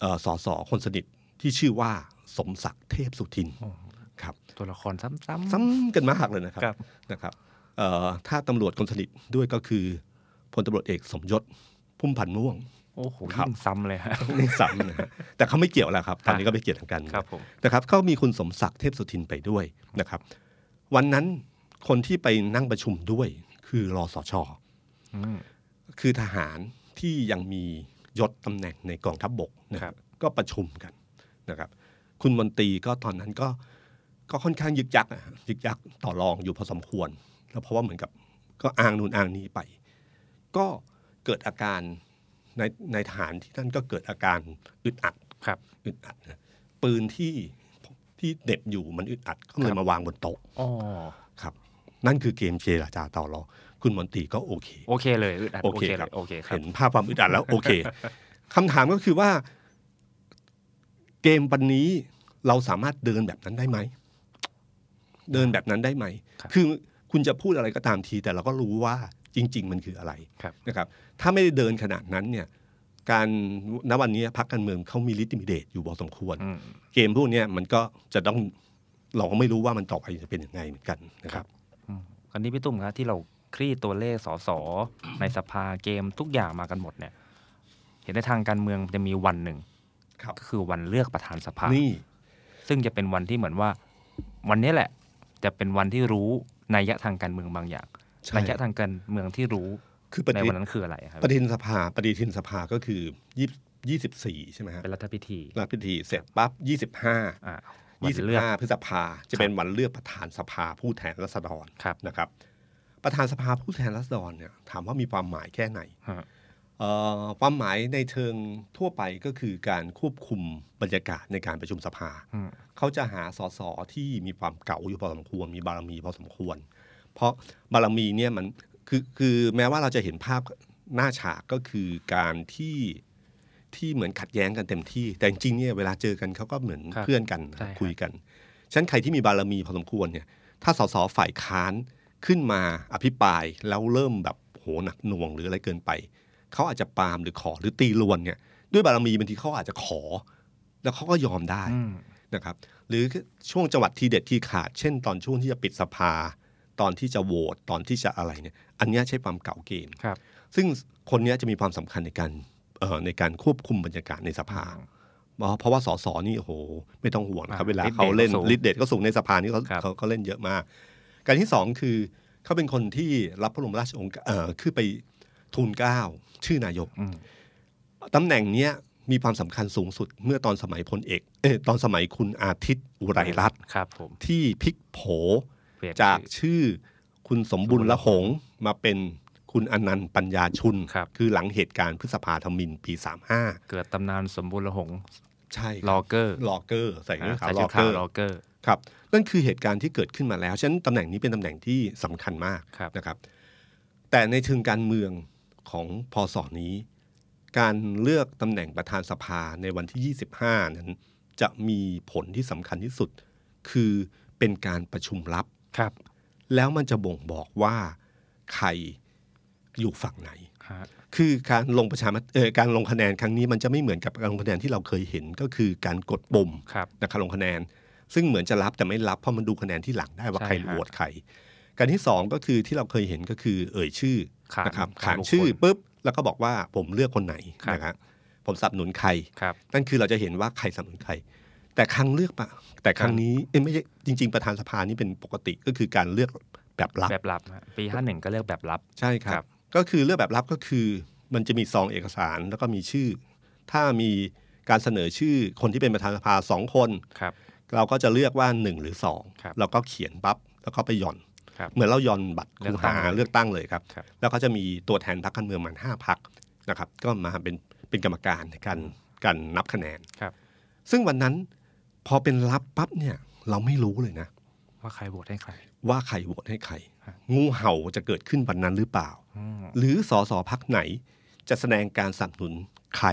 เอ่อสสคนสนิทที่ชื่อว่าสมศักดิ์เทพสุทินครับ
ตัวละครซ้ำ
ซ้ำกันมากเลยนะครับ
ครับ
นะครับเอ่อถ้าตำรวจคนสนิทด้วยก็คือพลตำรวจเอกสมยศพุ่มพันธ์ม่วง
ๆโอ้โห
ครับ
ยิ่งซ้ำเลยฮะ
ซ้ำนะฮะแต่เขาไม่เกี่ยวแล้วครับตอนนี้ก็ไม่เกี่ยวทางกัน
ครับผม
นะครับเขามีคุณสมศักดิ์เทพสุทินไปด้วยนะครับ วันนั้นคนที่ไปนั่งประชุมด้วยคือรอสช
อืม
คือทหารที่ยังมียศตำแหน่งในกองทัพบบกนะค
ครั
รับบ ก็ประชุมกันนะครับ คุณมนตรีก็ตอนนั้นก็ก็ค่อนข้างยึกยักอะยึกยักต่อรองอยู่พอสมควร แล้วเพราะว่าเหมือนกับก็อ้างนู่นอ้างนี้ไป ก็เกิดอาการในในฐานที่นั่นก็เกิดอาการอึดอัด
ครับ
อึดอัดนะปืนที่ที่เหน็บอยู่มันอึดอัดก็เล
ครั
ย
บ
มาวางบนโต๊ะ
อ๋อ
ครับ นั่นคือเกมเจรจาต่อรองคุณมนตรีก็โอเค
โอเคเลยอึดอัด
โอ
โอ
เค
เค
ค
เล
รับ
ยโอเคครั
เห็
บ
นภาพความอึดอัด แล้ว โอเคคำถามก็คือว่า เกมวันนี้เราสามารถเดินแบบนั้นได้ไหม เดินแบบนั้นได้ไหม คือคุณจะพูดอะไรก็ตามที แต่เราก็รู้ว่าจริง ๆ มันคืออะไร
ครับ
นะครับ ถ้าไม่ได้เดินขนาดนั้นเนี่ย การณวันนี้พักการเมืองเขามีลิติมิเดตอยู่พอสมควร
อืม
เกมพวกเนี้ยมันก็จะต้องเราก็ไม่รู้ว่ามันต่อไปจะเป็นยังไงเหมือนกันนะครับ
อืมคราวนี้พี่ตุ้มครับที่เราคลี่ตัวเลขสสในสภาเกมทุกอย่างมากันหมดเนี่ย เห็นในทางการเมืองจะมีวันหนึ่ง
ครับ
ก็คือวันเลือกประธานสภา
นี่
ซึ่งจะเป็นวันที่เหมือนว่า วันนี้แหละ จะเป็นวันที่รู้นัยยะทางการเมืองบางอย่าง
ใช่
นัยยะทางการเมืองที่รู้
คือประ
ใน
เด็
วัน
น
นั้นคืออะไรครับ
ปฏิทินสภาปฏิทินสภาก็คือยี่ยี่สิบสี่ใช่ไหมฮะ
เป็นรัฐพิธี
รัฐพิธีเสร็จปั๊บยี่สิบห้า
อ่าวั
ยี่สิ
น
บ
เลือก
ห้าพฤษภาจะเป็นวันเลือกประธานสภาผู้แทนราษฎร
ครับ
นะครับ ประธานสภาผู้แทนราษฎรเนี่ยถามว่ามีความหมายแค่ไหน
ฮะ
เอ่อความหมายในเชิงทั่วไปก็คือการควบคุมบรรยากาศในการประชุมสภา
อืม
เขาจะหาสสที่มีความเก่าอยู่พอสมควร มีบารมีพอสมควร เพราะบารมีเนี่ยมันคือคือแม้ว่าเราจะเห็นภาพหน้าฉากก็คือการที่ที่เหมือนขัดแย้งกันเต็มที่ แต่จริงๆเนี่ยเวลาเจอกันเขาก็เหมือน
ครับ
เพื่อนกัน
ใช่ครับ
คุยกันฉะนันใครที่มีบารมีพอสมควรเนี่ยถ้าสสฝ่ายค้านขึ้นมาอภิปรายแล้วเริ่มแบบโหหนักหน่วงหรืออะไรเกินไป เขาอาจจะปรามหรือขอหรือตีลวนเนี่ยด้วยบารมีบางทีเขาอาจจะขอ แล้วเขาก็ยอมได้
อืม
นะครับหรือช่วงจังหวัดทีเด็ดที่ขาด เช่นตอนช่วงที่จะปิดสภา ตอนที่จะโหวตตอนที่จะอะไรเนี่ยอันเนี้ยใช้ความเก่าเกม
ครับ
ซึ่งคนเนี้ยจะมีความสำคัญในการเอ่อในการควบคุมบรรยากาศในสภา เพราะเพราะว่าสสนี่โอ้โหไม่ต้องห่วงนะครับ
อ่า
เวลา
ฤทธิ์
เขาเล่น
เดช
ฤทธิ์เดช
ก็สูง
ก็สูงในสภานี่เขา
ครับ
เขาเขาเล่นเยอะมาก การที่สองคือเขาเป็นคนที่รับพระบรมราชโองค์เอ่อขึ้นไปทูลเกล้าชื่อนายก
อืม
ตำแหน่งเนี้ยมีความสำคัญสูงสุดเมื่อตอนสมัยพลเอกเอยตอนสมัยคุณอาทิตย์อุไรรัตน์
ครับผม
ที่พลิกโผ
เปลี่ยน
จาก
ชื่อ
ชื่อคุณสมบุญละหงษ์มาเป็นคุณอนันต์ปัญญาชุน
ครับ
อหลังเหตุการณ์พฤษภาธมินปี
เกิดตำนานสมบูรณ์ละหงษ์
35 ใช่
ลอเกอร์
ลอเกอร์ ใส่เนื้อขาว
ใส่
ล
ชุ
อ
ด
เก
ขาว
อร์
ลอเกอร์
ครับนั่นคือเหตุการณ์ที่เกิดขึ้นมาแล้ว ฉะนั้นตำแหน่งนี้เป็นตำแหน่งที่สำคัญมาก
ครับ
นะครับ แต่ในเชิงการเมืองของพอสอนี้ การเลือกตำแหน่งประธานสภาในวันที่ 25 นั้น จะมีผลที่สำคัญที่สุด คือเป็นการประชุมลับ
ครับ
แล้วมันจะบ่งบอกว่าใครอยู่ฝั่งไหน
ฮะ
คือการลงประชามติเอ่อการลงคะแนนครั้งนี้มันจะไม่เหมือนกับการลงคะแนนที่เราเคยเห็นก็คือการกดปุ่ม
ครับ
นะครับลงคะแนน ซึ่งเหมือนจะรับแต่ไม่รับเพราะมันดูคะแนนที่หลังได้ว่า
ใช่
ใคร
ฮะ
โหวตใคร การที่สองก็คือที่เราเคยเห็นก็คือเอ่ยชื่อ
ขาน
นะครับ
ขา
ขาน น
บุคคล
ชื่อปุ๊บแล้วก็บอกว่าผมเลือกคนไหน
ครับ
นะครับผมสนับสนุนใคร
ครับ
นั่นคือเราจะเห็นว่าใครสนับสนุนใคร แต่ครั้งเลือกปะแต่ครั้งนี้เอ้ยไม่ใช่จริง ๆ ประธานสภานี่เป็นปกติก็คือการเลือกแบบลับ
แบบลับฮะปีห้าหนึ่งก็เลือกแบบลับ
ใช่ค
ครั
รับ
บ
ก็คือเลือกแบบลับก็คือมันจะมีซองเอกสารแล้วก็มีชื่อ ถ้ามีการเสนอชื่อคนที่เป็นประธานสภาสองคน
ครับ
เราก็จะเลือกว่าหนึ่งหรือสอง
ครับ
เราก็เขียนปั๊บแล้วก็ไปหย่อน
ครับ
เหมือนเราหย่อนบัตร
เลื
คู
อกตั้
หางเลือกตั้งเลยครับ
ครับ
แล้วก็จะมีตัวแทนพรรคการเมืองประมันห้าพักนะครับ ก็มาเป็นเป็นกรรมการในการการนับคะแนน
ครับ
ซึ่งวันนั้นพอเป็นลับปั๊บเนี่ยเราไม่รู้เลยนะ
ว่าใครโหวตให้ใคร
ว่าใครโหวตให้ใคร งูเห่าจะเกิดขึ้นวันนั้นหรือเปล่า
อืม
หรือสสพักไหนจะแสดงการสนับสนุนใคร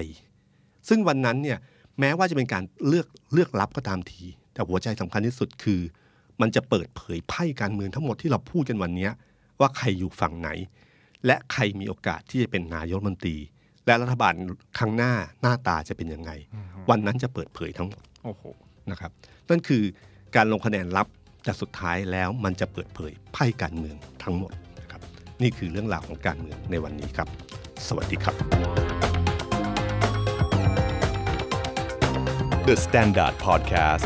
ซึ่งวันนั้นเนี่ยแม้ว่าจะเป็นการเลือกเลือกรับก็ตามที แต่หัวใจสำคัญที่สุดคือ มันจะเปิดเผยไพ่การเมืองทั้งหมดที่เราพูดกันวันเนี้ยว่าใครอยู่ฝั่งไหน และใครมีโอกาสที่จะเป็นนายกรัฐมนตรี และรัฐบาลครั้งหน้าหน้าตาจะเป็นยังไง วันนั้นจะเปิดเผยทั้งหมด
โอ้โห
นะครับนั่นคือการลงคะแนนลับแต่สุดท้ายแล้วมันจะเปิดเผยไพ่การเมืองทั้งหมดนะครับนี่คือเรื่องราวของการเมืองในวันนี้ครับ สวัสดีครับ
The Standard Podcast